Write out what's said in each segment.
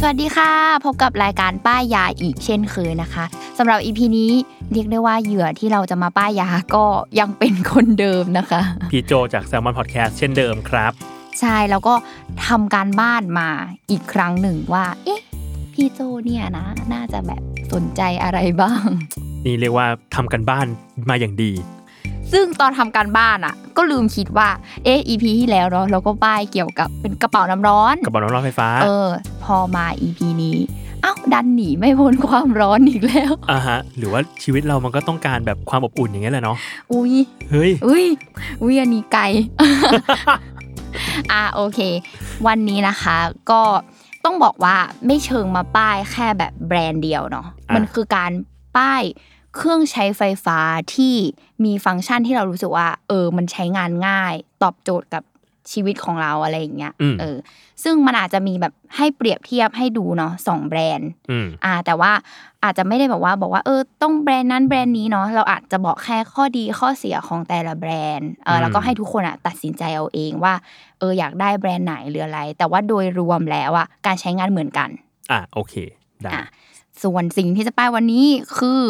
สวัสดีค่ะ พบกับรายการป้ายยาอีกเช่นเคยนะคะสำหรับอีพีนี้เรียกได้ว่าเหยื่อที่เราจะมาป้ายยาก็ยังเป็นคนเดิมนะคะ พี่โจจากแซลมอนพอดแคสต์เช่นเดิมครับ ใช่แล้วก็ทำการบ้านมาอีกครั้งหนึ่งว่า เอ๊ะ พี่โจเนี่ยนะ น่าจะแบบสนใจอะไรบ้าง นี่เรียกว่าทำกันบ้านมาอย่างดี ซึ่งตอนทำการบ้านอ่ะ ก็ลืมคิดว่าเอ๊ะ EP ที่แล้วเนาะเราก็ป้ายเกี่ยวกับเป็นกระเป๋าน้ำร้อน กับบอลน้ำร้อนไฟฟ้า เออ พอมา EP นี้ เอ้า ดันหนีไม่พ้นความร้อนอีกแล้ว อ่าฮะ หรือว่าชีวิตเรามันก็ต้องการแบบความอบอุ่นอย่างเงี้ยแหละเนาะ อุ้ย เฮ้ย อุ้ย อุ้ยอันนี้ไกล อ่ะโอเค วันนี้นะคะ ก็ต้องบอกว่าไม่เชิงมาป้ายแค่แบบแบรนด์เดียวเนาะ อ่ะ มันคือการป้ายเครื่องใช้ไฟฟ้าที่มีฟังก์ชันที่เรารู้สึกว่า เออ มันใช้งานง่าย ตอบโจทย์กับชีวิตของเราอะไรอย่างเงี้ย อืม เออ ซึ่งมันอาจจะมีแบบให้เปรียบเทียบให้ดูเนาะสองแบรนด์ อืม อ่าแต่ว่าอาจจะไม่ได้แบบว่าบอกว่าเออต้องแบรนด์นั้นแบรนด์นี้เนาะเราอาจจะบอกแค่ข้อดีข้อเสียของแต่ละแบรนด์เออ อืม แล้วก็ให้ทุกคนอ่ะตัดสินใจเอาเองว่าเอออยากได้แบรนด์ไหนหรืออะไร แต่ว่าโดยรวมแล้วอ่ะการใช้งานเหมือนกัน อ่ะโอเค ได้ อ่ะ ส่วนสิ่งที่จะป้ายวันนี้คือ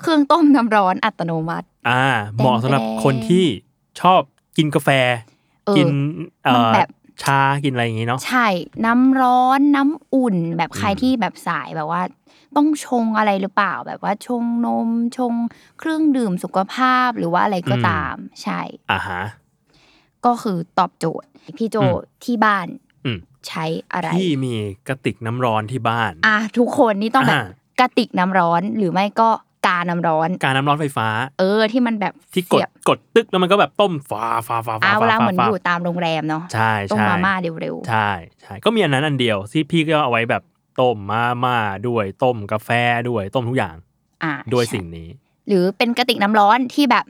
เครื่องต้มน้ำร้อนอัตโนมัติ อ่า เหมาะสำหรับ แดงๆ คนที่ชอบกินกาแฟ เออ กินเอ่ มัน อ แบบ ชา กินอะไรอย่างงี้เนาะ ใช่น้ำร้อนน้ำอุ่น แบบใครที่แบบสายแบบว่า ต้องชงอะไรหรือเปล่า แบบว่าชงนมชงเครื่องดื่มสุขภาพหรือว่าอะไรก็ อืม ตามใช่ อ่าฮะ ก็คือตอบโจทย์ พี่โจ อืม ที่บ้าน อืม ใช้อะไร พี่มีกระติกน้ำร้อนที่บ้าน อ่ะทุกคนนี่ต้องแบบ อ่า กระติกน้ำร้อนหรือไม่ก็กาน้ำร้อน การน้ำร้อนไฟฟ้า เออที่มันแบบ ที่กด เสียบ กดตึกแล้วมันก็แบบต้มฟ้าฟ้าฟ้าฟ้า อาเว ฟ้า ลาเหมือน ฟ้า อยู่ตามโรงแรมเนาะ ใช่ ต้ม ใช่ มาม่าเร็ว ใช่ใช่ก็มีอันนั้นอันเดียวที่พี่ก็เอาไว้แบบต้มมาม่าด้วยต้มกาแฟด้วยต้มทุกอย่าง ๆอ่ะ ด้วย ใช่ สิ่งนี้ หรือเป็นกระติกน้ำร้อนที่แบบ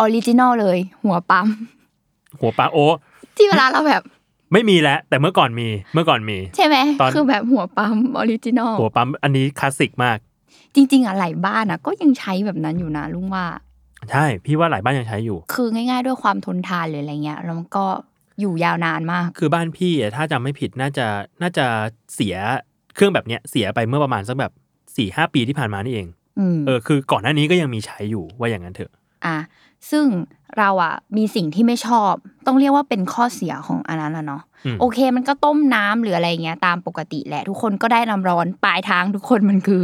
ออริจินอลเลย หัวปั๊ม หัวปลาโอะ ที่เวลาเราแบบ ไม่มีแล้ว แต่เมื่อก่อนมีเมื่อก่อนมี ใช่ไหม ตอน คือแบบหัวปั๊มออริจินอล หัวปั๊มอันนี้คลาสสิกมาก จริง ๆอ่ะหลายบ้านอ่ะก็ยังใช้แบบนั้นอยู่นะลุงว่า ใช่พี่ว่าหลายบ้านยังใช้อยู่ คือง่าย ๆ ด้วยความทนทานหรืออะไรเงี้ยแล้วมันก็อยู่ยาวนานมาก คือบ้านพี่อะถ้าจำไม่ผิดน่าจะน่าจะเสียเครื่องแบบเนี้ยเสียไปเมื่อประมาณสักแบบสี่ห้าปีที่ผ่านมานี่เอง อืม เออคือก่อนหน้านี้ก็ยังมีใช้อยู่ว่าอย่างนั้นเถอะ อ่ะซึ่งเราอ่ะมีสิ่งที่ไม่ชอบ ต้องเรียกว่าเป็นข้อเสียของอันนั้นละเนาะ อืม โอเค มันก็ต้มน้ำหรืออะไรเงี้ยตามปกติแหละ ทุกคนก็ได้น้ำร้อนปลายทางทุกคนมันคือ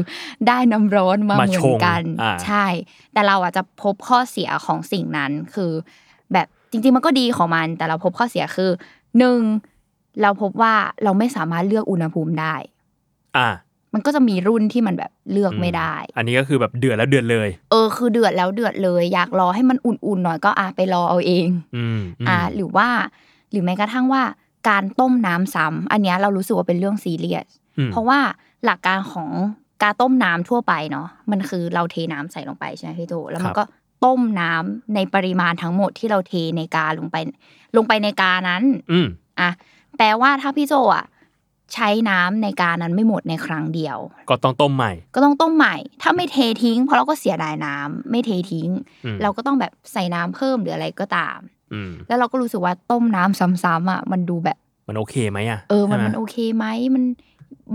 ได้น้ำร้อนมาเห มา มื ช อน ง กัน อ่า ใช่ แต่เราอ่ะจะพบข้อเสียของสิ่งนั้นคือ แบบจริงๆมันก็ดีของมัน แต่เราพบข้อเสียคือหนึ่งเราพบว่าเราไม่สามารถเลือกอุณหภูมิได้ อ่า มันก็จะมีรุ่นที่มันแบบเลือกไม่ได้ อันนี้ก็คือแบบเดือดแล้วเดือดเลย เออคือเดือดแล้วเดือดเลย อยากรอให้มันอุ่นๆหน่อยก็อ่ะไปรอเอาเอง อืมม อ่าหรือว่าหรือแม้กระทั่งว่าการต้มน้ำซ้ำอันเนี้ยเรารู้สึกว่าเป็นเรื่องซีเรียส อืม เพราะว่าหลักการของการต้มน้ำทั่วไปเนาะมันคือเราเทน้ำใส่ลงไปใช่ไหมพี่โตแล้วมันก็ต้มน้ำในปริมาณทั้งหมดที่เราเทในกาลงไป ลงไปในกานั้น อืม อ่ะแปลว่าถ้าพี่โจอ่ะใช้น้ำในกานั้นไม่หมดในครั้งเดียว ก็ต้องต้มใหม่ ก็ต้องต้มใหม่ ถ้าไม่เททิ้ง เพราะเราก็เสียดายน้ำไม่เททิ้ง อืม เราก็ต้องแบบใส่น้ำเพิ่มหรืออะไรก็ตาม อืม แล้วเราก็รู้สึกว่าต้มน้ำซ้ำๆอ่ะมันดูแบบ มันโอเคไหมอ่ะ เออมัน ใช่ไห มันโอเคไหมมัน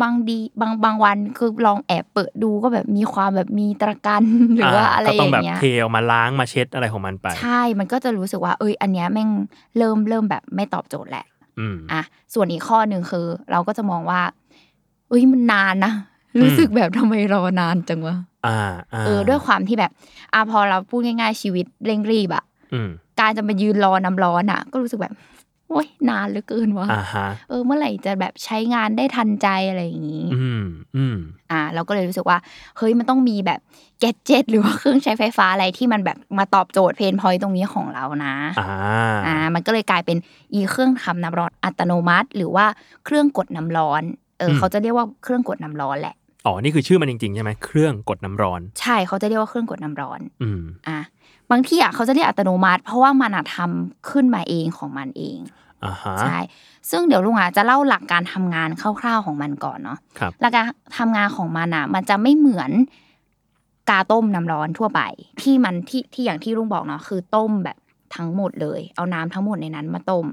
บางดีบางบางวันคือลองแอบเปิดดูก็แบบมีความแบบมีตะกัน หรือว่าอะไร ก็ อ ต้องแบบ ย่างเงี้ย เทออกมาล้างมาเช็ดอะไรของมันไป ใช่ มันก็จะรู้สึกว่า เอ้ย อันเนี้ยแม่งเริ่มเริ่มแบบไม่ตอบโจทย์แหละ อืม อ่ะ ส่วนอีกข้อหนึ่งคือ เราก็จะมองว่า เอ้ย มันนานนะ รู้สึกแบบทำไมรอนานจังวะ อ่าอ่า เออ ด้วยความที่แบบ อ่ะพอเราพูดง่ายๆชีวิตเร่งรีบอะ อืม การจะมายืนรอน้ำร้อนอะก็รู้สึกแบบ โอ้ยนานเหลือเกินวะ อ่าฮะ เออ เมื่อไหร่จะแบบใช้งานได้ทันใจอะไรอย่างงี้ อืมอืม อ่าเราก็เลยรู้สึกว่าเฮ้ยมันต้องมีแบบแกจิตหรือว่าเครื่องใช้ไฟฟ้าอะไรที่มันแบบมาตอบโจทย์เพนพอยตรงนี้ของเรานะ อ่า อ่ามันก็เลยกลายเป็นอีเครื่องทำน้ำร้อนอัตโนมัติ หรือว่าเครื่องกดน้ำร้อนเออ ม เขาจะเรียกว่าเครื่องกดน้ำร้อนแหละ อ๋อ นี่คือชื่อมันจริงๆ ใช่ไหม เครื่องกดน้ำร้อน ใช่เขาจะเรียกว่าเครื่องกดน้ำร้อน อืม อ่ะบางที่อ่ะเขาจะเรียกอัตโนมัติ เพราะว่ามันอะทำขึ้นมาเองของมันเอง อ่าฮะ ใช่ ซึ่งเดี๋ยวลุงอ่ะจะเล่าหลักการทำงานคร่าวๆของมันก่อนเนาะ ครับ หลักการทำงานของมันอ่ะ มันจะไม่เหมือนกาต้มน้ำร้อนทั่วไป ที่มันที่ที่อย่างที่ลุงบอกเนาะคือต้มแบบทั้งหมดเลย เอาน้ำทั้งหมดในนั้นมาต้ม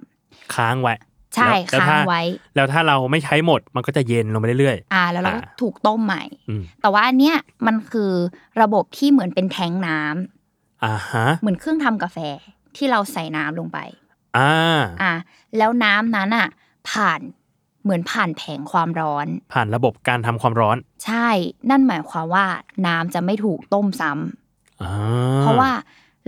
ค้างไว้ ใช่ แล้ว ค้าง ถ้ ไว้ แล้วถ้าเราไม่ใช้หมด มันก็จะเย็นลงไปเรื่อย อ่า แล้วเราก็ อ่า ถูกต้มใหม่ ๆ อืม แต่ว่าอันเนี้ยมันคือระบบที่เหมือนเป็นแทงน้ำ อ่าฮะ เหมือนเครื่องทำกาแฟที่เราใส่น้ำลงไป อ่า อ่า แล้วน้ำนั้นอ่ะ ผ่านเหมือนผ่านแผงความร้อน ผ่านระบบการทำความร้อน ใช่ นั่นหมายความว่าน้ำจะไม่ถูกต้มซ้ำ อ่า เพราะว่า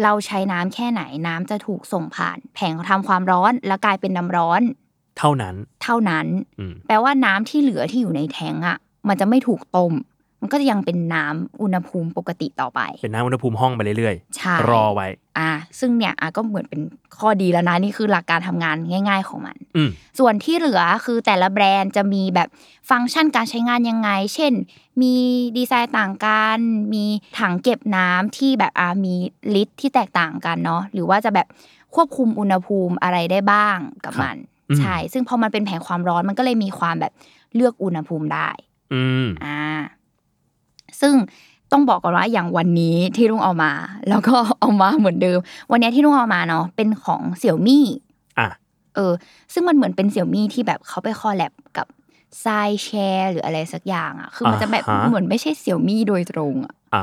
เราใช้น้ำแค่ไหนน้ำจะถูกส่งผ่าน แผงทำความร้อนแล้วกลายเป็นน้ำร้อน เท่านั้น เท่านั้น อืม แปลว่าน้ำที่เหลือที่อยู่ในแทงอะมันจะไม่ถูกต้ม มันก็จะยังเป็นน้ำอุณหภูมิปกติต่อไป เป็นน้ำอุณหภูมิห้องไปเรื่อย ใช่ ๆ รอไว้ อ่ะซึ่งเนี่ยอ่ะก็เหมือนเป็นข้อดีแล้วนะนี่คือหลักการทำงานง่าย ๆ ของมัน อืม ส่วนที่เหลือคือแต่ละแบรนด์จะมีแบบฟังก์ชันการใช้งานยังไง เช่น มีดีไซน์ต่างกัน มีถังเก็บน้ำที่แบบอามีลิตรที่แตกต่างกันเนาะ หรือว่าจะแบบควบคุมอุณหภูมิอะไรได้บ้างกับมัน อืม ใช่ ซึ่งพอมันเป็นแผงความร้อนมันก็เลยมีความแบบเลือกอุณหภูมิได้ อืม อ่า ซึ่งต้องบอกก่อนว่าอย่างวันนี้ที่ลุงเอามา แล้วก็เอามาเหมือนเดิม วันนี้ที่ลุงเอามาเนาะเป็นของเสี่ยมี่ อ่ะ เออซึ่งมันเหมือนเป็นเสี่ยมี่ที่แบบเขาไปคอลแลบกับไซแชร์หรืออะไรสักอย่างอ่ะ คือมันจะแบบ อ่าฮะ เหมือนไม่ใช่เสี่ยมี่โดยตรงอ่ะ อ่า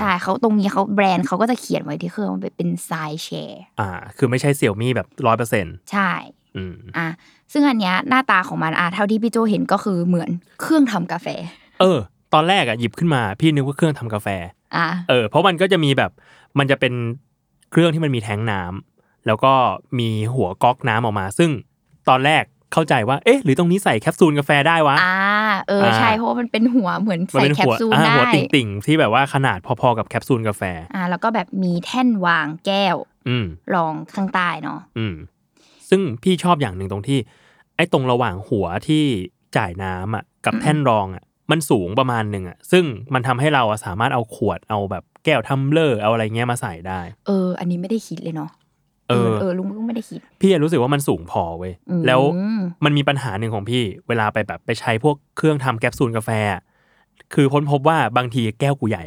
ใช่เขาตรงนี้เขาแบรนด์เขาก็จะเขียนไว้ที่เครื่องว่าเป็นไซแชร์ อ่า คือไม่ใช่เสี่ยวมี่แบบร้อยเปอร์เซ็นต์ ใช่ อืม อ่ะซึ่งอันเนี้ยหน้าตาของมันอ่ะเท่าที่พี่โจเห็นก็คือเหมือนเครื่องทำกาแฟ เออ ตอนแรกอ่ะหยิบขึ้นมา พี่นึกว่าเครื่องทำกาแฟ อ่ะ เออเพราะมันก็จะมีแบบมันจะเป็นเครื่องที่มันมีแทงน้ำแล้วก็มีหัวก๊อกน้ำออกมา ซึ่งตอนแรกเข้าใจว่า เอ๊ะ หรือตรงนี้ใส่แคปซูลกาแฟได้วะ อ่าเออใช่ อ่า เพราะว่ามันเป็นหัวเหมือน มั ใส่ เป็น แคป หัว ซูล อ่า ได้ หัวติ่งๆ ที่แบบว่าขนาดพอๆกับแคปซูลกาแฟ อ่ะแล้วก็แบบมีแท่นวางแก้ว อืม รองข้างใต้เนาะ อืมซึ่งพี่ชอบอย่างหนึ่งตรงที่ ไอ้ตรงระหว่างหัวที่จ่ายน้ำอ่ะกับแท่นรองอ่ะมันสูงประมาณหนึ่งอ่ะซึ่งมันทำให้เราอะสามารถเอาขวดเอาแบบแก้วทัมเลอร์เอาอะไรเงี้ยมาใส่ได้ เออ อันนี้ไม่ได้คิดเลยเนาะ เออ เออลุงก็ไม่ได้คิด พี่อะรู้สึกว่ามันสูงพอเว้ย อืม แล้วมันมีปัญหาหนึ่งของพี่ เวลาไปแบบไปใช้พวกเครื่องทำแคปซูลกาแฟอะคือพ้นพบว่าบางทีแก้วกูใหญ่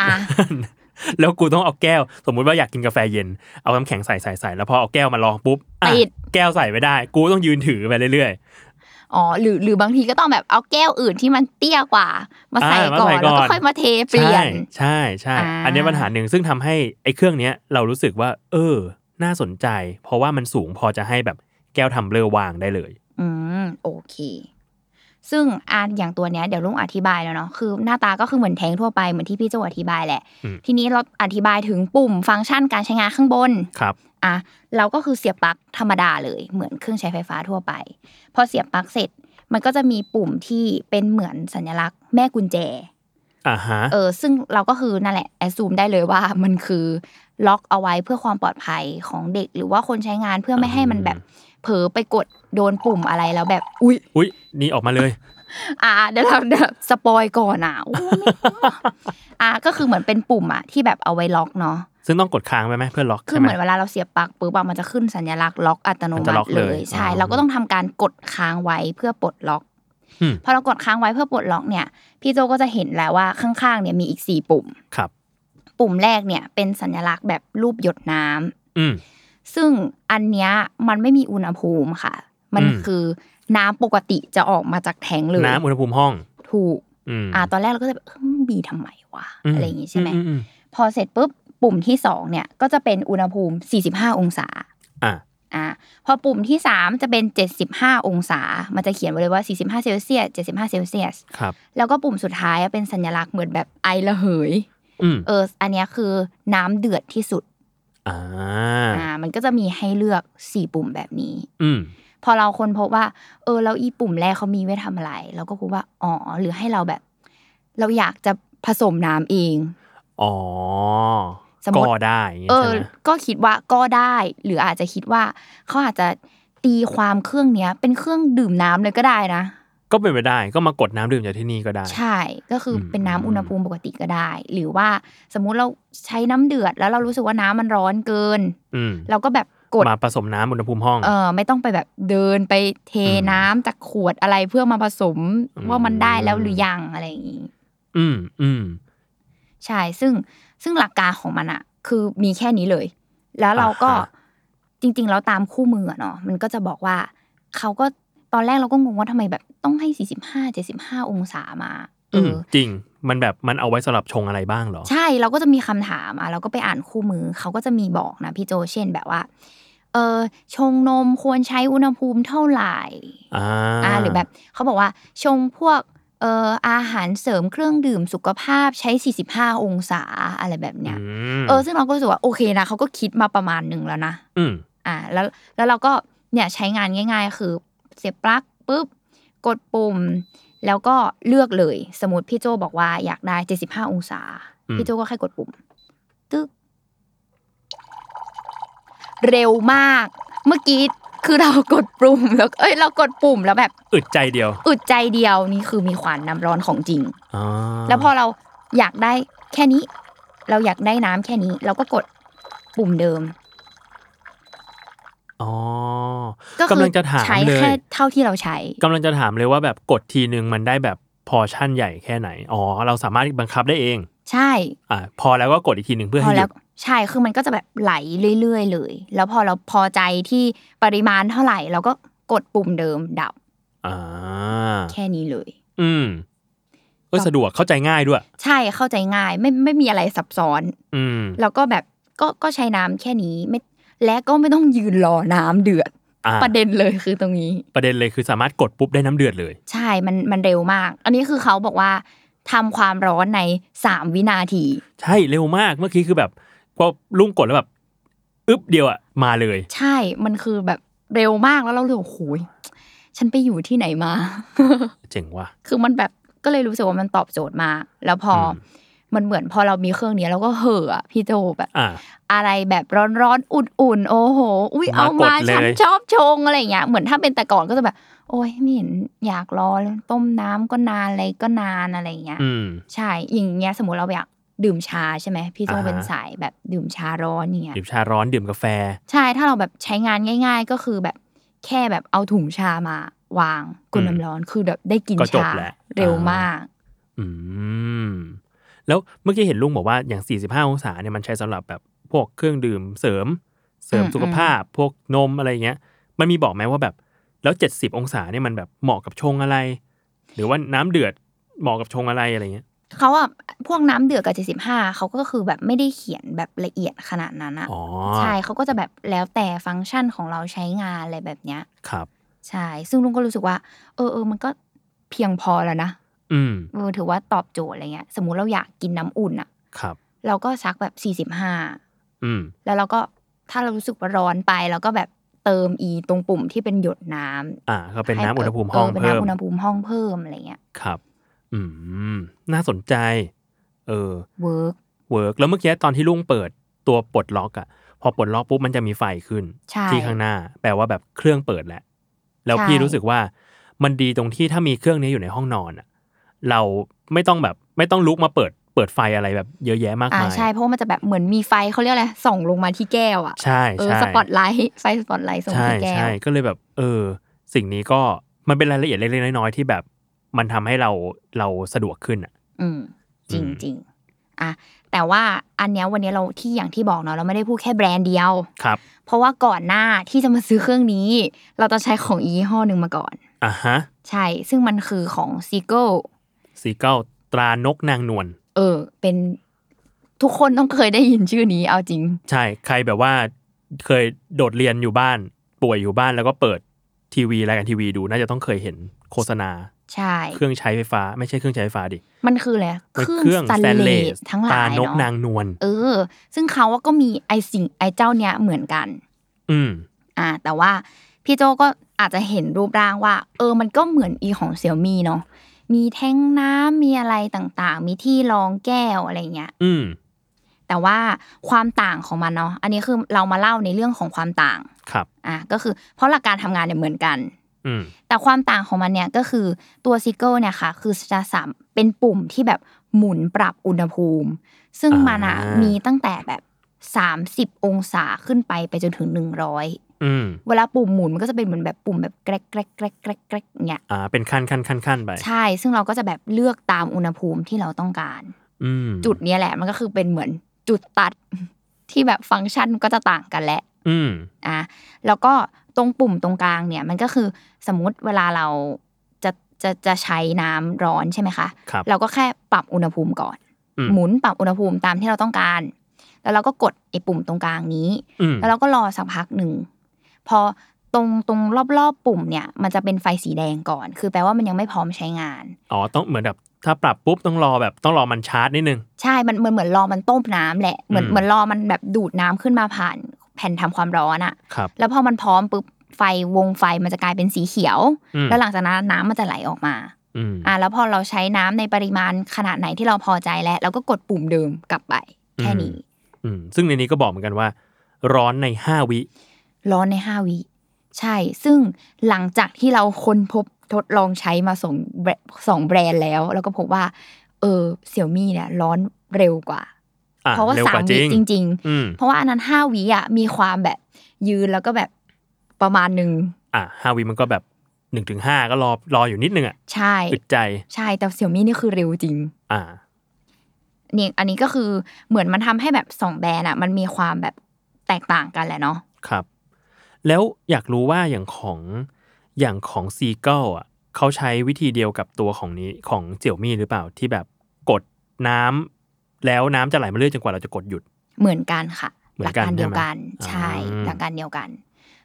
อ่ะ แล้วกูต้องเอาแก้ว สมมุติว่าอยากกินกาแฟเย็น เอาน้ำแข็งใส่ใส่ใส่แล้วพอเอาแก้วมาลองปุ๊บอ่ะ ติด แก้วใส่ไม่ได้ กูต้องยืนถือไปเรื่อย อ๋อหรือหรือบางทีก็ต้องแบบเอาแก้วอื่นที่มันเตี้ยกว่า มาใส่ อ่ามา ก่อนใส่ก่ แล้ว อน ก็ค่อยมาเท ๆ เปลี่ยน ใช่ใช่ อ่า อันเนี้ยปัญหาหนึ่งซึ่งทำให้ไอ้เครื่องเนี้ยเรารู้สึกว่า เออ น่าสนใจ เพราะว่ามันสูงพอจะให้แบบแก้วทำเลอวางได้เลย อืมโอเค ซึ่งอ่าอย่างตัวเนี้ยเดี๋ยวลุงอธิบายแล้วเนาะคือหน้าตาก็คือเหมือนแทงทั่วไปเหมือนที่พี่โจอธิบายแหละ อืม ทีนี้เราอธิบายถึงปุ่มฟังก์ชันการใช้งานข้างบน ครับ อ่ะเราก็คือเสียบปลั๊กธรรมดาเลย เหมือนเครื่องใช้ไฟฟ้าทั่วไป พอเสียบปลั๊กเสร็จ มันก็จะมีปุ่มที่เป็นเหมือนสัญลักษณ์แม่กุญแจ อ่าฮะ เออซึ่งเราก็คือนั่นแหละแอดซูมได้เลยว่า มันคือล็อกเอาไว้เพื่อความปลอดภัยของเด็ก หรือว่าคนใช้งานเพื่อไม่ให้มันแบบ เผลอไปกดโดนปุ่มอะไรแล้วแบบ อุ้ย อุ๊ยนี่ออกมาเลย อ่าเดี๋ยวเราเดี๋ยว สปอยก่อนอ่ะโอ้ไม่กล้า อ่ะก็คือเหมือนเป็นปุ่มอ่ะที่แบบเอาไว้ล็อกเนาะ ซึ่งต้องกดค้างไว้ไหมเพื่อล็อก คือ ใช่ เห ไหม มือนเวลาเราเสียบปลั๊กปุ๊บอะมันจะขึ้นสัญลักษณ์ล็อกอัตโน มัน มั จะล็อก ติเลย เลย ใช่ อ๋อ เราก็ต้องทำการกดค้างไว้เพื่อปลดล็อก อืม พอเรากดค้างไว้เพื่อปลดล็อกเนี่ย พี่โจก็จะเห็นแล้วว่าข้างๆเนี่ยมีอีกสี่ปุ่ม ครับ ปุ่มแรกเนี่ยเป็นสัญลักษณ์แบบรูปหยดน้ำ อืม ซึ่งอันเนี้ยมันไม่มีอุณหภูมิค่ะ มัน อืม คือน้ำปกติจะออกมาจากแทงเลย น้ำอุณหภูมิห้อง ถูก อืม อ่าตอนแรกเราก็จะแบบเอ้ยมีทำไมวะ ม อะไรอย่างงี้ใช่ไหม อือือื พอเสร็จปุ๊บปุ่มที่สองเนี่ยก็จะเป็นอุณหภูมิ 45 องศา อ่ะ อ่าพอปุ่มที่สามจะเป็น 75 องศา มันจะเขียนไว้เลยว่า 45 เซลเซียส 75 เซลเซียส ครับ แล้วก็ปุ่มสุดท้ายเป็นสัญลักษณ์เหมือนแบบไอระเหย อืม เอออันเนี้ยคือน้ำเดือดที่สุด อ่า อ่ามันก็จะมีให้เลือกสี่ปุ่มแบบนี้ อืม พอเราคนพบว่า เออแล้วอีปุ่มแรกเขามีไว้ทำอะไร เราก็พบว่าอ๋อหรือให้เราแบบ เราอยากจะผสมน้ำเอง อ๋อ สมมติ ก็ได้อย่างงี้ เอ ใช่ อ ไหม ก็คิดว่าก็ได้ หรืออาจจะคิดว่าเขาอาจจะตีความเครื่องเนี้ย เป็นเครื่องดื่มน้ำเลยก็ได้นะ ก็เป็นไปได้ก็มากดน้ำดื่มจากที่นี่ก็ได้ ใช่ก็คืออ ม เป็นน้ำอุณหภูมิปกติก็ได้ หรือว่าสมมุติเราใช้น้ำเดือด แล้วเรารู้สึกว่าน้ำมันร้อนเกิน อืม เราก็แบบกด มาผสมน้ำอุณหภูมิห้อง เออไม่ต้องไปแบบเดินไปเท อืม น้ำจากขวดอะไรเพื่อมาผสม อืม ว่ามันได้แล้วหรือยังอะไรอย่างนี้ อืมอืม ใช่ซึ่งซึ่งหลักการของมันอะคือมีแค่นี้เลย แล้วเราก็ อ่าฮะ จริงๆแล้วตามคู่มืออะเนาะมันก็จะบอกว่าเขาก็ตอนแรกเราก็งงว่าทำไมแบบต้องให้ 45 75 องศามาเอ อืม อ จริงมันแบบมันเอาไว้สำหรับชงอะไรบ้างเหรอ ใช่เราก็จะมีคำถามอะเราก็ไปอ่านคู่มือเขาก็จะมีบอกนะพี่โจเช่นแบบว่าเออชงนมควรใช้อุณหภูมิเท่าไหร่ อ่า อ่าหรือแบบเขาบอกว่าชงพวกเอ่ออาหารเสริมเครื่องดื่มสุขภาพใช้ 45 องศาอะไรแบบเนี้ย อืม เออซึ่งเราก็รู้สึกว่าโอเคนะเขาก็คิดมาประมาณหนึ่งแล้วนะ อืม อ่าแล้วแล้วเราก็เนี่ยใช้งานง่าย ๆ คือเสียบปลั๊กปุ๊บกดปุ่ม แล้วก็เลือกเลย สมมติพี่โจบอกว่าอยากได้ 75 องศา อืม พี่โจก็แค่กดปุ่มตึ๊กเร็วมาก เมื่อกี้คือเรากดปุ่มแล้วเอ้ยเรากดปุ่มแล้วแบบ อึดใจเดียว อึดใจเดียวนี่คือมีขวานน้ำร้อนของจริง อ่า แล้วพอเราอยากได้แค่นี้ เราอยากได้น้ำแค่นี้ เราก็กดปุ่มเดิม อ๋อ ก็คื กำลังจะถาม ใช้ เลย แค่เท่าที่เราใช้ กำลังจะถามเลยว่าแบบกดทีนึงมันได้แบบพอร์ชั่นใหญ่แค่ไหน อ๋อ เราสามารถบังคับได้เอง ใช่ อ่า พอแล้วก็กดอีกทีหนึ่งเพื่อ พอ ให้ห แล้ ยุ ว ด ใช่คือมันก็จะแบบไหลเรื่อยๆเลย แล้วพอเราพอใจที่ปริมาณเท่าไหร่ เราก็กดปุ่มเดิมดับ อ่า แค่นี้เลย อืมก็สะดวกเข้าใจง่ายด้วย ใช่เข้าใจง่ายไม่ไม่มีอะไรซับซ้อน อืม แล้วก็แบบก็ก็ใช้น้ำแค่นี้ไม่และก็ไม่ต้องยืนรอน้ำเดือด อ่า ประเด็นเลยคือตรงนี้ ประเด็นเลยคือสามารถกดปุ๊บได้น้ำเดือดเลย ใช่ มัน มันเร็วมาก อันนี้คือเขาบอกว่าทำความร้อนใน 3 วินาที ใช่เร็วมากเมื่อกี้คือแบบพอลุ่งกดแล้วแบบอึ๊บเดียวอะมาเลย ใช่ มันคือแบบเร็วมากแล้วเราเลยโอ้โหยฉันไปอยู่ที่ไหนมา เจ๋งว่ะ คือมันแบบก็เลยรู้สึกว่ามันตอบโจทย์มาก แล้วพออ ม มันเหมือนพอเรามีเครื่องเนี้ยเราก็เห่อะพี่โจแบบ อ่า อะไรแบบร้อนๆอุ่นๆ โอ้โห อุ้ย มา เอา กด มา เลย ฉันชอบชงอะไรอย่างเงี้ย เหมือนถ้าเป็นแต่ก่อนก็จะแบบ โอ้ยไม่เห็นอยากรอเลยต้มน้ำก็นานอะไรก็นานอะไรอย่างเงี้ย อืม ใช่ อย่างเงี้ยสมมติเราอยากดื่มชาใช่ไหมพี่โจ อ่าฮะ เป็นสายแบบดื่มชาร้อนเนี่ย ดื่มชาร้อนดื่มกาแฟ ใช่ถ้าเราแบบใช้งานง่าย ๆ ก็คือแบบแค่แบบเอาถุงชามาวางกด อืม น้ำร้อนคือแบบได้กิน ก็จบ ชา แล้ว เร็ว อ่าม มาก อืม แล้วเมื่อกี้เห็นลุงบอกว่าอย่าง 45 องศาเนี่ยมันใช้สำหรับแบบพวกเครื่องดื่มเสริม เสริมสุขภาพ พวกนมอะไรอย่างเงี้ย มันมีบอกไหมว่าแบบ แล้ว 70 องศาเนี่ยมันแบบเหมาะกับชงอะไร หรือว่าน้ำเดือดเหมาะกับชงอะไรอะไรเงี้ย เขาอะพวกน้ำเดือดกับ75เขาก็คือแบบไม่ได้เขียนแบบละเอียดขนาดนั้นอะ อ๋อ ใช่เขาก็จะแบบแล้วแต่ฟังก์ชันของเราใช้งานอะไรแบบเนี้ย ครับ ใช่ซึ่งลุงก็รู้สึกว่า เออเออมันก็เพียงพอแล้วนะ อืม เออถือว่าตอบโจทย์อะไรเงี้ย สมมุติเราอยากกินน้ำอุ่นอะ ครับ เราก็ซักแบบ 45 อืม แล้วเราก็ถ้าเรารู้สึกว่าร้อนไปเราก็แบบเติมอีตรงปุ่มที่เป็นหยดน้ำ อ่า ก็เป็นน้ำ ใ อุณหภูมิห้อง เป็น เพิ่ม น้ำอุณหภูมิห้องเพิ่มอะไรเงี้ย ครับ อืม น่าสนใจ เออ เวิร์ก เวิร์กแล้วเมื่อกี้ตอนที่ลุงเปิดตัวปลดล็อกอะพอปลดล็อกปุ๊บมันจะมีไฟขึ้น ใช่ ที่ข้างหน้า แปลว่าแบบเครื่องเปิดแล้ว แล้วพี่รู้สึกว่ามันดีตรงที่ถ้ามีเครื่องนี้อยู่ในห้องนอนอะเราไม่ต้องแบบไม่ต้องลุกมาเปิดเปิดไฟอะไรแบบเยอะแยะมาอ่ามกาย ใช่เพราะว่ามันจะแบบเหมือนมีไฟเขาเรียกอะไรส่องลงมาที่แก้วอ่ะ ใช่ เออ ใช่ สปอตไลท์ไฟสปอตไลท์ส่ง ใช่ ที่แก้ว ใช่ก็เลยแบบ เออ สิ่งนี้ก็มันเป็นรายละเอียดเล็กๆน้อยๆที่แบบมันทำให้เราเราสะดวกขึ้นอะ อืมจริง อืม จริงอ่ะแต่ว่าอันเนี้ยวันเนี้ยเราที่อย่างที่บอกเนาะเราไม่ได้พูดแค่แบรนด์เดียว ครับ เพราะว่าก่อนหน้าที่จะมาซื้อเครื่องนี้ เราจะใช้ของอีกยี่ห้อหนึ่งมาก่อน อ่ะฮะ ใช่ ซึ่งมันคือของซีเกิล สีเก้าตรานกนางนวล เออ เป็นทุกคนต้องเคยได้ยินชื่อนี้เอาจริง ใช่ใครแบบว่า เคยโดดเรียนอยู่บ้าน ป่วยอยู่บ้านแล้วก็เปิดทีวีรายการทีวีดูน่าจะต้องเคยเห็นโฆษณา ใช่ เครื่องใช้ไฟฟ้า ไม่ใช่เครื่องใช้ไฟฟ้าดิ มันคืออะไร มัน สแตนเลส ส ทั้งห ตรา ลาย นกนาง เนาะ นวล เออ ซึ่งเขาว่าก็มีไอสิ่งไอเจ้าเนี้ยเหมือนกัน อืม อ่า แต่ว่าพี่โจก็อาจจะเห็นรูปร่างว่า เออ มันก็เหมือนอีของเสี่ยวมีเนาะมีแท้งน้ำมีอะไรต่างๆ มีที่รองแก้วอะไรเงี้ย อืม แต่ว่าความต่างของมันเนาะอันนี้คือเรามาเล่าในเรื่องของความต่าง ครับ อ่ะก็คือเพราะหลักการทำงานเนี่ยเหมือนกัน อืม แต่ความต่างของมันเนี่ยก็คือตัวซิเกิลเนี่ยค่ะ คือจะสามเป็นปุ่มที่แบบหมุนปรับอุณหภูมิ ซึ่งมันอะ อ่ามี มีตั้งแต่แบบ 30 องศาขึ้นไปไปจนถึง 100 อืม เวลาปุ่มหมุนมันก็จะเป็นเหมือนแบบปุ่มแบบแกรกแกรกแกรกแกรกแกรกเนี่ย อ่า เป็นขั้นขั้นขั้นขั้นไป ใช่ ซึ่งเราก็จะแบบเลือกตามอุณหภูมิที่เราต้องการ อืม จุดเนี้ยแหละมันก็คือเป็นเหมือนจุดตัด ที่แบบฟังก์ชันก็จะต่างกันแหละ อืม อ่ะแล้วก็ตรงปุ่มตรงกลางเนี่ยมันก็คือสมมติเวลาเราจะจะจะใช้น้ำร้อนใช่ไหมคะ ครับ เราก็แค่ปรับอุณหภูมิก่อน อืม หมุนปรับอุณหภูมิตามที่เราต้องการ แล้วเราก็กดไอ้ปุ่มตรงกลางนี้ อืม แล้วเราก็รอสักพักหนึ่ง พอตรงตรงรอบๆปุ่มเนี่ย มันจะเป็นไฟสีแดงก่อน คือแปลว่ามันยังไม่พร้อมใช้งาน อ๋อต้องเหมือนแบบถ้าปรับปุ๊บต้องรอแบบต้องรอมันชาร์จนิดนึง ใช่ มันมันเหมือนรอมันต้มน้ำแหละ เหมือน อืม เหมือนรอมันแบบดูดน้ำขึ้นมาผ่านแผ่นทำความร้อนอะ ครับ แล้วพอมันพร้อมปุ๊บไฟวงไฟมันจะกลายเป็นสีเขียว อืม แล้วหลังจากนั้นน้ำมันจะไหลออกมา อืม อ่ะแล้วพอเราใช้น้ำในปริมาณขนาดไหนที่เราพอใจแล้วเราก็กดปุ่มเดิมกลับไป แค่นี้ อืมซึ่งในนี้ก็บอกเหมือนกันว่า ร้อนในห้าวิ ร้อนในห้าวิใช่ ซึ่งหลังจากที่เราค้นพบทดลองใช้มาสองแบรสองแบรนด์แล้วเราก็พบว่า เออเสี่ยวมี่เนี่ย ร้อนเร็วกว่า อ่ะ เพราะว่า เร็ว สาก ม ว่าจ วิ ริง จริง อืม ๆ เพราะว่าอันนั้นห้าวิอ่ะมีความแบบยืนแล้วก็แบบประมาณหนึ่ง อ่ะห้าวิมันก็แบบหนึ่งถึงห้าก็รอรออยู่นิดนึงอ่ะ ใช่ อึดใจ ใช่แต่เสี่ยวมี่นี่คือเร็วจริง อ่า นี่อันนี้ก็คือเหมือนมันทำให้แบบสองแบรนด์อ่ะ มันมีความแบบแตกต่างกันแหละเนาะ ครับ แล้วอยากรู้ว่าอย่างของอย่างของซีเกิลอ่ะเขาใช้วิธีเดียวกับตัวของนี้ของเจียวมี่หรือเปล่าที่แบบกดน้ำแล้วน้ำจะไหลมาเรื่อยจนกว่าเราจะกดหยุด เหมือนกันค่ะ เหมื ห อ ลั นกัน การเดียวกัน ใช่ ใช่ ไหมอ่า หลักการเดียวกัน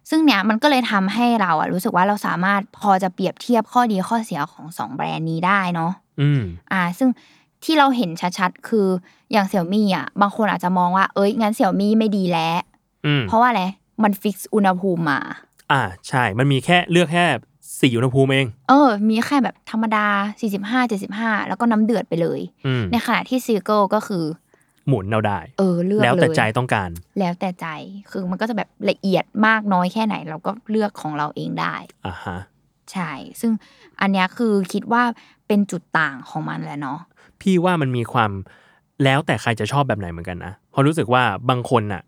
ซึ่งเนี่ยมันก็เลยทำให้เราอ่ะรู้สึกว่าเราสามารถพอจะเปรียบเทียบข้อดีข้อเสียของสองแบรนด์นี้ได้เนาะ อืม อ่า ซึ่งที่เราเห็นชัดๆคืออย่างเสี่ยวมี่อ่ะบางคนอาจจะมองว่าเอ้ยงั้นเสี่ยวมี่ไม่ดีแล้ว อืม เพราะว่าอะไรมันฟิกซ์อุณหภูมิมา อ่าใช่ มันมีแค่เลือกแค่สี่อุณหภูมิเอง เออ มีแค่แบบธรรมดา 45 75 แล้วก็น้ำเดือดไปเลย อืม ในขณะที่ซีเกิลก็คือ หมุนเราได้ เออเลือก แล้วแต่ เลย ใจต้องการ แล้วแต่ใจคือมันก็จะแบบละเอียดมากน้อยแค่ไหน เราก็เลือกของเราเองได้ อ่าฮะ ใช่ ซึ่งอันเนี้ยคือคิดว่าเป็นจุดต่างของมันแหละเนาะ พี่ว่ามันมีความแล้วแต่ใครจะชอบแบบไหนเหมือนกันนะเพราะรู้สึกว่าบางคนน่ะ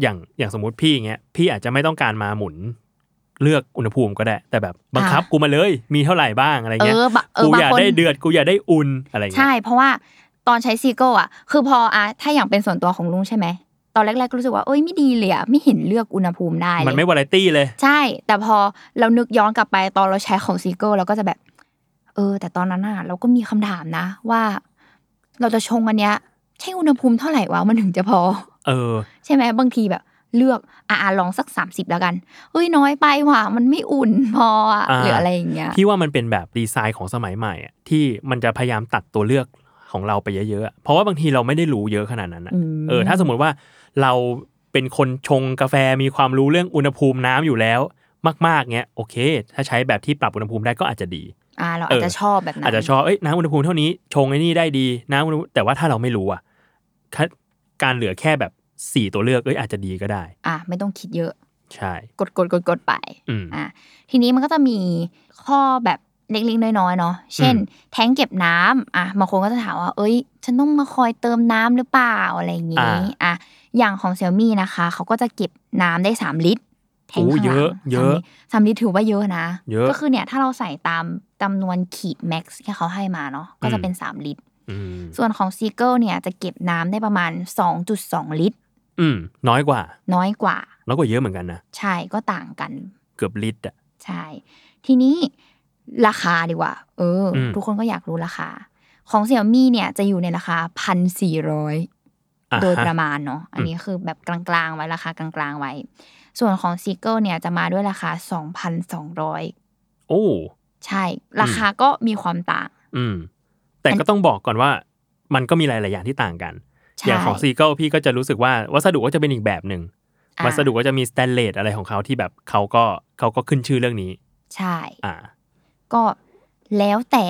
อย่างอย่างสมมติพี่อย่างเงี้ย พี่อาจจะไม่ต้องการมาหมุน เลือกอุณหภูมิก็ได้ แต่แบบบังคับกูมาเลย มีเท่าไหร่บ้างอะไร เอ เงี้ย อบะเออ กู บาง อยาก คน ได้เดือดกูอยากได้อุ่นอะไรเงี้ ใช่ ย เพราะว่าตอนใช้ซีเกิลอ่ะ คือพออะถ้าอย่างเป็นส่วนตัวของลุงใช่ไหมตอนแรกๆก็รู้สึกว่าเอ้ยไม่ดีเลยอะไม่เห็นเลือกอุณหภูมิได้เลย มันไม่วาไรตี้เลย ใช่ แต่พอเรานึกย้อนกลับไปตอนเราใช้ของซีเกิลเราก็จะแบบ เออ แต่ตอนนั้นน่ะเราก็มีคำถามนะ ว่า เราจะชงอันเนี้ยใช่อุณหภูมิเท่าไหร่วะมันถึงจะพอ เออ ใช่ไหมบางทีแบบ เลือกอ่ะอ่ะลองสัก 30 แล้วกันเอ้ยน้อยไปว่ะมันไม่อุ่นพออ่ะ อ่า หรืออะไรอย่างเงี้ย พี่ว่ามันเป็นแบบดีไซน์ของสมัยใหม่อะที่มันจะพยายามตัดตัวเลือกของเราไปเยอะๆอะเพราะว่าบางทีเราไม่ได้รู้เยอะขนาดนั้นอะ ม เออถ้าสมมุติว่าเราเป็นคนชงกาแฟมีความรู้เรื่องอุณหภูมิน้ำอยู่แล้ว มากๆเงี้ยโอเค ถ้าใช้แบบที่ปรับอุณหภูมิได้ก็อาจจะดี อ่าเราอาจจะชอบแบบนั้น อาจจะชอบเอ้ยน้ำอุณหภูมิเท่านี้ชงไอ้นี่ได้ดีน้ำอุณหภูมิแต่ว่าถ้าเราไม่รู้อ่ะถ้าการเหลือแค่แบบสี่ตัวเลือกเอ้ยอาจจะดีก็ได้ อ่ะไม่ต้องคิดเยอะ ใช่ กดกดกดกดไป อืม อ่ะทีนี้มันก็จะมีข้อแบบเล็กๆน้อยๆเนาะเช่น อืม แทงเก็บน้ำอ่ะบางคนก็จะถามว่า เอ้ย ฉันต้องมาคอยเติมน้ำหรือเปล่าอะไรอย่างงี้อ่ะอย่างของเซี่ยมี่นะคะ เขาก็จะเก็บน้ำได้ 3 ลิตรแทงข้างหลัง โอ้เยอะเยอะ สามลิตรสามลิตรถือว่าเยอะนะ เยอะ ก็คือเนี่ยถ้าเราใส่ตามจำนวนขีดแม็กซ์ที่เขาให้มาเนาะก็จะเป็น 3 ลิตร อืม ส่วนของซีเกิลเนี่ยจะเก็บน้ำได้ประมาณ 2.2 ลิตร อืมน้อยกว่า น้อยกว่า น้อยกว่าเยอะเหมือนกันนะ ใช่ก็ต่างกัน เกือบลิตรอะ ใช่ ทีนี้ราคาดีกว่า เอออ ม ทุกคนก็อยากรู้ราคา ของเสี่ยมี่เนี่ยจะอยู่ในราคาพันสี่ร้อย อ่ โดย ฮ ประมาณเนาะอันนี้คือแบบกลางๆไว้ราคากลางๆไว้ ส่วนของซีเกิลเนี่ยจะมาด้วยราคาสองพันสองร้อย โอ้ ใช่ ราคาก็มีความต่าง อืม แต่ อัน ก็ต้องบอกก่อนว่า มันก็มีหลายๆอย่างที่ต่างกัน ใช่ อย่างของซีเกิลพี่ก็จะรู้สึกว่าวัสดุก็จะเป็นอีกแบบหนึ่ง อ่ะ วัสดุก็จะมีสแตนเลสอะไรของเขาที่แบบเขาก็เขาก็ขึ้นชื่อเรื่องนี้ ใช่ อ่า ก็แล้วแต่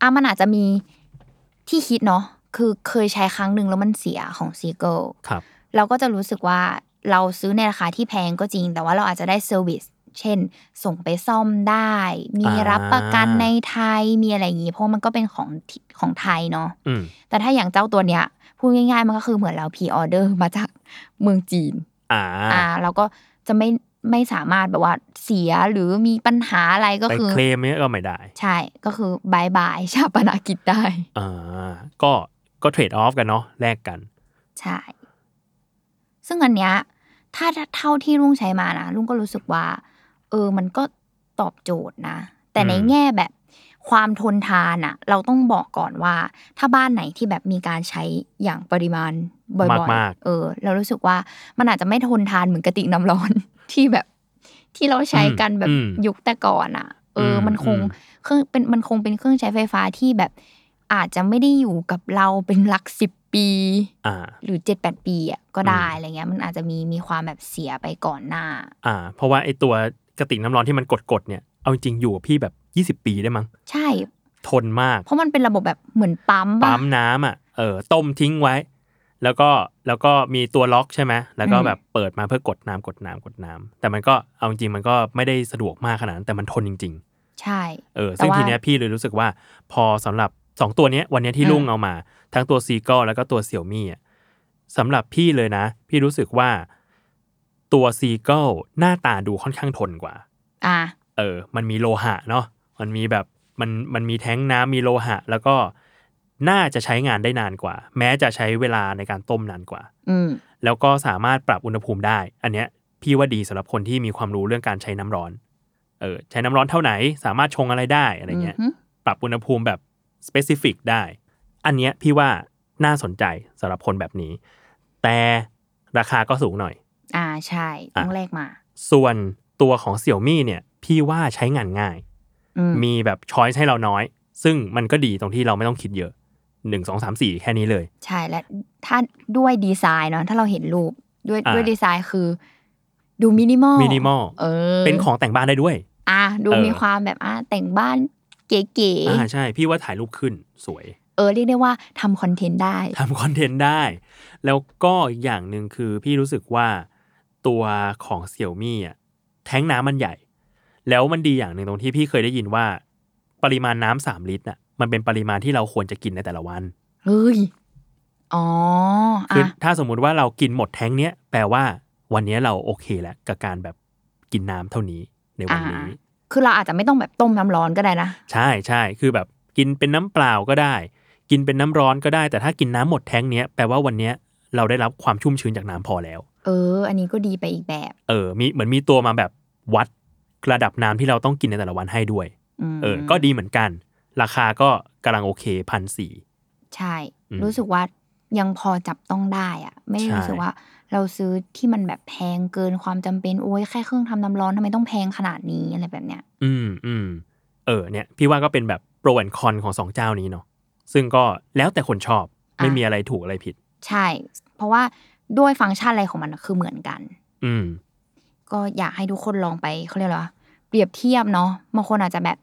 อ่ะมันอาจจะมีที่คิดเนาะคือเคยใช้ครั้งหนึ่งแล้วมันเสียของซีเกิล ครับ เราก็จะรู้สึกว่าเราซื้อในราคาที่แพงก็จริง แต่ว่าเราอาจจะได้เซอร์วิส เช่น ส่งไปซ่อมได้ มี อ่ารั รับประกันในไทย มีอะไรอย่างงี้ เพราะมันก็เป็นของที่ของไทยเนาะ อืม แต่ถ้าอย่างเจ้าตัวเนี้ยพูดง่ายๆ มันก็คือเหมือนเราพีออเดอร์มาจากเมืองจีน อ่า อ่า เราก็จะไม่ไม่สามารถแบบว่าเสียหรือมีปัญหาอะไรก็ ไป คือ เคลมเนี้ยก็ไม่ได้ ใช่ ก็คือบายบายชาปนกิจได้ อ่า ก็ก็เทรดออฟกันเนาะแลกกัน ใช่ ซึ่งอันเนี้ยถ้าเท่าที่ลุงใช้มานะลุงก็รู้สึกว่า เออ มันก็ตอบโจทย์นะ แต่ใน อืม แง่แบบความทนทานอะเราต้องบอกก่อนว่า ถ้าบ้านไหนที่แบบมีการใช้อย่างปริมาณบ่อย มาก ๆเออ เรารู้สึกว่ามันอาจจะไม่ทนทานเหมือนกระติกน้ำร้อน ที่แบบที่เราใช้กันแบบ อืม ยุคแต่ก่อนอะเอออ ม มันคง อืม เครื่องเป็นมันคงเป็นเครื่องใช้ไฟฟ้าที่แบบอาจจะไม่ได้อยู่กับเราเป็นหลักสิบปี อ่า หรือเจ็ดแปดปีอ่ะก็ได้ อืม อะไรเงี้ยมันอาจจะมีมีความแบบเสียไปก่อนหน้า อ่า เพราะว่าไอตัวกระติกน้ำร้อนที่มันกดๆเนี่ย เอาจริงอยู่กับพี่แบบ 20 ปีได้มั้ง ใช่ ทนมาก เพราะมันเป็นระบบแบบเหมือนปั๊มป่ะ ปั๊มน้ำอ่ะ เออ ต้มทิ้งไว้ แล้วก็ แล้วก็มีตัวล็อกใช่ไหม แล้วก็ อืม แบบเปิดมาเพื่อกดน้ำกดน้ำกดน้ำ แต่มันก็ เอาจริงๆมันก็ไม่ได้สะดวกมากขนาดนั้น แต่มันทนจริง ใช่ ๆ เออ แต่ ซึ่ง ว่า ทีเนี้ยพี่เลยรู้สึกว่า พอสำหรับ 2 ตัวเนี้ย วันเนี้ยที่ อืม ลุงเอามา ทั้งตัวซีก l แล้วก็ตัวเสี่ยวมี่อ่ะสำหรับพี่เลยนะ พี่รู้สึกว่า ตัวซีก l หน้าตาดูค่อนข้างทนกว่า อ่ะ เออ มันมีโลหะเนาะ มันมีแบบ มัน มันมีแท้งน้ำมีโลหะ แล้วก็น่าจะใช้งานได้นานกว่า แม้จะใช้เวลาในการต้มนานกว่า อืม แล้วก็สามารถปรับอุณหภูมิได้ อันเนี้ยพี่ว่าดีสำหรับคนที่มีความรู้เรื่องการใช้น้ำร้อน เออ ใช้น้ำร้อนเท่าไหน สามารถชงอะไรได้ อะไรเงี้ย อือหือ ปรับอุณหภูมิแบบ specific ได้ อันเนี้ยพี่ว่าน่าสนใจสำหรับคนแบบนี้ แต่ราคาก็สูงหน่อย อ่าใช่ อ่ะ ต้องแรกมา ส่วนตัวของ Xiaomi เนี่ยพี่ว่าใช้งานง่าย อืม มีแบบช้อยส์ให้เราน้อย ซึ่งมันก็ดีตรงที่เราไม่ต้องคิดเยอะหนึ่งสองสามสี่แค่นี้เลย ใช่และถ้าด้วยดีไซน์เนาะถ้าเราเห็นรูปด้วย อ่ะ ด้วยดีไซน์คือ ดูมินิมอล มินิมอล เออ เป็นของแต่งบ้านได้ด้วย อ่ะดู เออ มีความแบบอ่ะแต่งบ้านเก๋ อ่าใช่ พี่ว่าถ่ายรูปขึ้นสวย ๆเออเรียกได้ว่าทำคอนเทนต์ได้ ทำคอนเทนต์ได้ แล้วก็อีกอย่างหนึ่งคือพี่รู้สึกว่าตัวของเสี่ยวมี่อ่ะแท้งน้ำมันใหญ่ แล้วมันดีอย่างหนึ่งตรงที่พี่เคยได้ยินว่า ปริมาณน้ำสามลิตรน่ะมันเป็นปริมาณที่เราควรจะกินในแต่ละวัน เฮ้ย อ๋อ คือ อ่ะ ถ้าสมมุติว่าเรากินหมดแท้งเนี้ยแปลว่าวันเนี้ยเราโอเคแล้วกับการแบบกินน้ำเท่านี้ในวันนี้ อ่า คือเราอาจจะไม่ต้องแบบต้มน้ำร้อนก็ได้นะ ใช่ใช่คือแบบกินเป็นน้ำเปล่าก็ได้ กินเป็นน้ำร้อนก็ได้ แต่ถ้ากินน้ำหมดแท้งเนี้ยแปลว่าวันเนี้ยเราได้รับความชุ่มชื้นจากน้ำพอแล้ว เออ อันนี้ก็ดีไปอีกแบบ เออมีเหมือนมีตัวมาแบบวัดระดับน้ำที่เราต้องกินในแต่ละวันให้ด้วย ม เออ ก็ดีเหมือนกัน ราคาก็กำลังโอเคพันสี่ ใช่ อืม รู้สึกว่ายังพอจับต้องได้อะไม่ได้ ใช่ รู้สึกว่า เราซื้อที่มันแบบแพงเกินความจำเป็น โอ้ยแค่เครื่องทำน้ำร้อนทำไมต้องแพงขนาดนี้อะไรแบบเนี้ย อืมอืมเออเนี่ย พี่ว่าก็เป็นแบบโปรแอนคอนของสองเจ้านี้เนาะซึ่งก็แล้วแต่คนชอบไม่ อ่ะ มีอะไรถูกอะไรผิด ใช่ เพราะว่าด้วยฟังก์ชันอะไรของมันคือเหมือนกัน อืม ก็อยากให้ทุกคนลองไปเขาเรียกอะไรวะเปรียบเทียบเนาะบางคนอาจจะแบบ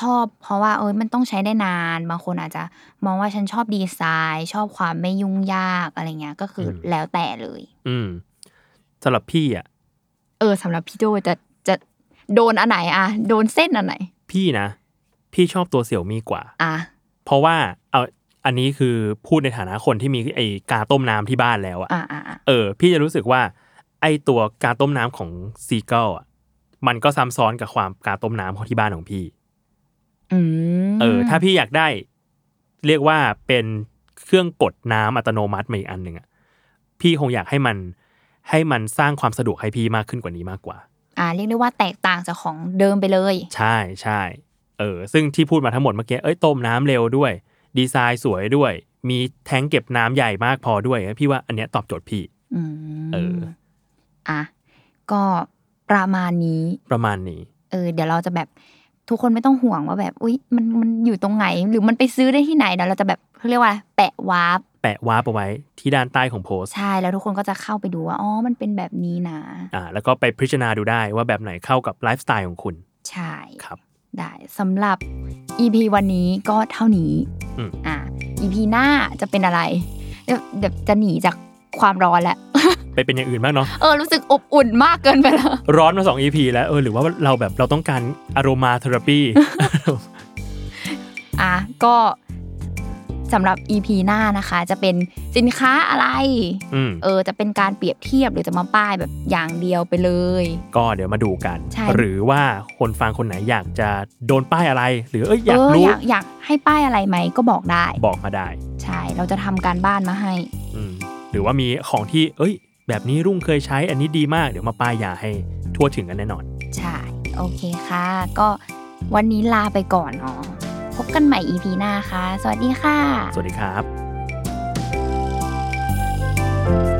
ชอบ เพราะว่าเออมันต้องใช้ได้นาน บางคนอาจจะมองว่าฉันชอบดีไซน์ ชอบความไม่ยุ่งยากอะไรเงี้ยก็คืออ ม แล้วแต่เลย อืมสำหรับพี่อ่ะ เออสำหรับพี่โจจะจะโดนอันไหนอะโดนเส้นอันไหน พี่นะ พี่ชอบตัวเสี่ยวมีกว่า อะ เพราะว่าเอาอันนี้คือพูดในฐานะคนที่มีไอ้กาต้มน้ำที่บ้านแล้วอะ อ่ะอ่ะอ่ะ เออ พี่จะรู้สึกว่า ไอ้ตัวกาต้มน้ำของซีเกิลอะมันก็ซ้ำซ้อนกับความกาต้มน้ำของที่บ้านของพี่ อืม เออ ถ้าพี่อยากได้ เรียกว่าเป็นเครื่องกดน้ำอัตโนมัติมาอีกอันหนึ่งอะพี่คงอยากให้มัน ให้มันสร้างความสะดวกให้พี่มากขึ้นกว่านี้มากกว่า อ่าเรียกได้ว่าแตกต่างจากของเดิมไปเลย ใช่ใช่เออซึ่งที่พูดมาทั้งหมดเมื่อกี้เอ้ยต้มน้ำเร็วด้วย ดีไซน์สวยด้วย มีแทงเก็บน้ำใหญ่มากพอด้วย พี่ว่าอันเนี้ยตอบโจทย์พี่ อืม เออ อ่ะก็ประมาณนี้ ประมาณนี้ เออเดี๋ยวเราจะแบบทุกคนไม่ต้องห่วงว่าแบบ อุ๊ย มันมันอยู่ตรงไหน หรือมันไปซื้อได้ที่ไหนเดี๋ยวเราจะแบบเขาเรียกว่าแปะวาร์ป แปะวาร์ปเอาไว้ที่ด้านใต้ของโพสต์ ใช่แล้วทุกคนก็จะเข้าไปดูว่าอ๋อมันเป็นแบบนี้นะ อ่าแล้วก็ไปพิจารณาดูได้ว่าแบบไหนเข้ากับไลฟ์สไตล์ของคุณ ใช่ ครับ ได้สำหรับ EP วันนี้ก็เท่านี้ อืม อ่ะ EP หน้าจะเป็นอะไรเดี๋ยวเดี๋ยวจะหนีจากความร้อนแล้ว ไปเป็นอย่างอื่นบ้างเนาะ เออรู้สึกอบอุ่นมากเกินไปแล้ว ร้อนมาสอง EP แล้วเออหรือว่าเราแบบเราต้องการอารมาเทอราปี อ่ะก็สำหรับ EP หน้านะคะ จะเป็นสินค้าอะไร อืม เออจะเป็นการเปรียบเทียบหรือจะมาป้ายแบบอย่างเดียวไปเลย ก็เดี๋ยวมาดูกัน ใช่ หรือว่าคนฟังคนไหนอยากจะโดนป้ายอะไร หรือเอ้ยอยาก เออ รู้ อยากอยากให้ป้ายอะไรไหมก็บอกได้ บอกมาได้ ใช่เราจะทำการบ้านมาให้ อืมหรือว่ามีของที่ เอ้ย แบบนี้รุ่งเคยใช้ อันนี้ดีมาก เดี๋ยวมาป้ายยาให้ทั่วถึงกันแน่นอน ใช่ โอเคค่ะ ก็วันนี้ลาไปก่อนเนาะพบกันใหม่ EP หน้าค่ะ สวัสดีค่ะ สวัสดีครับ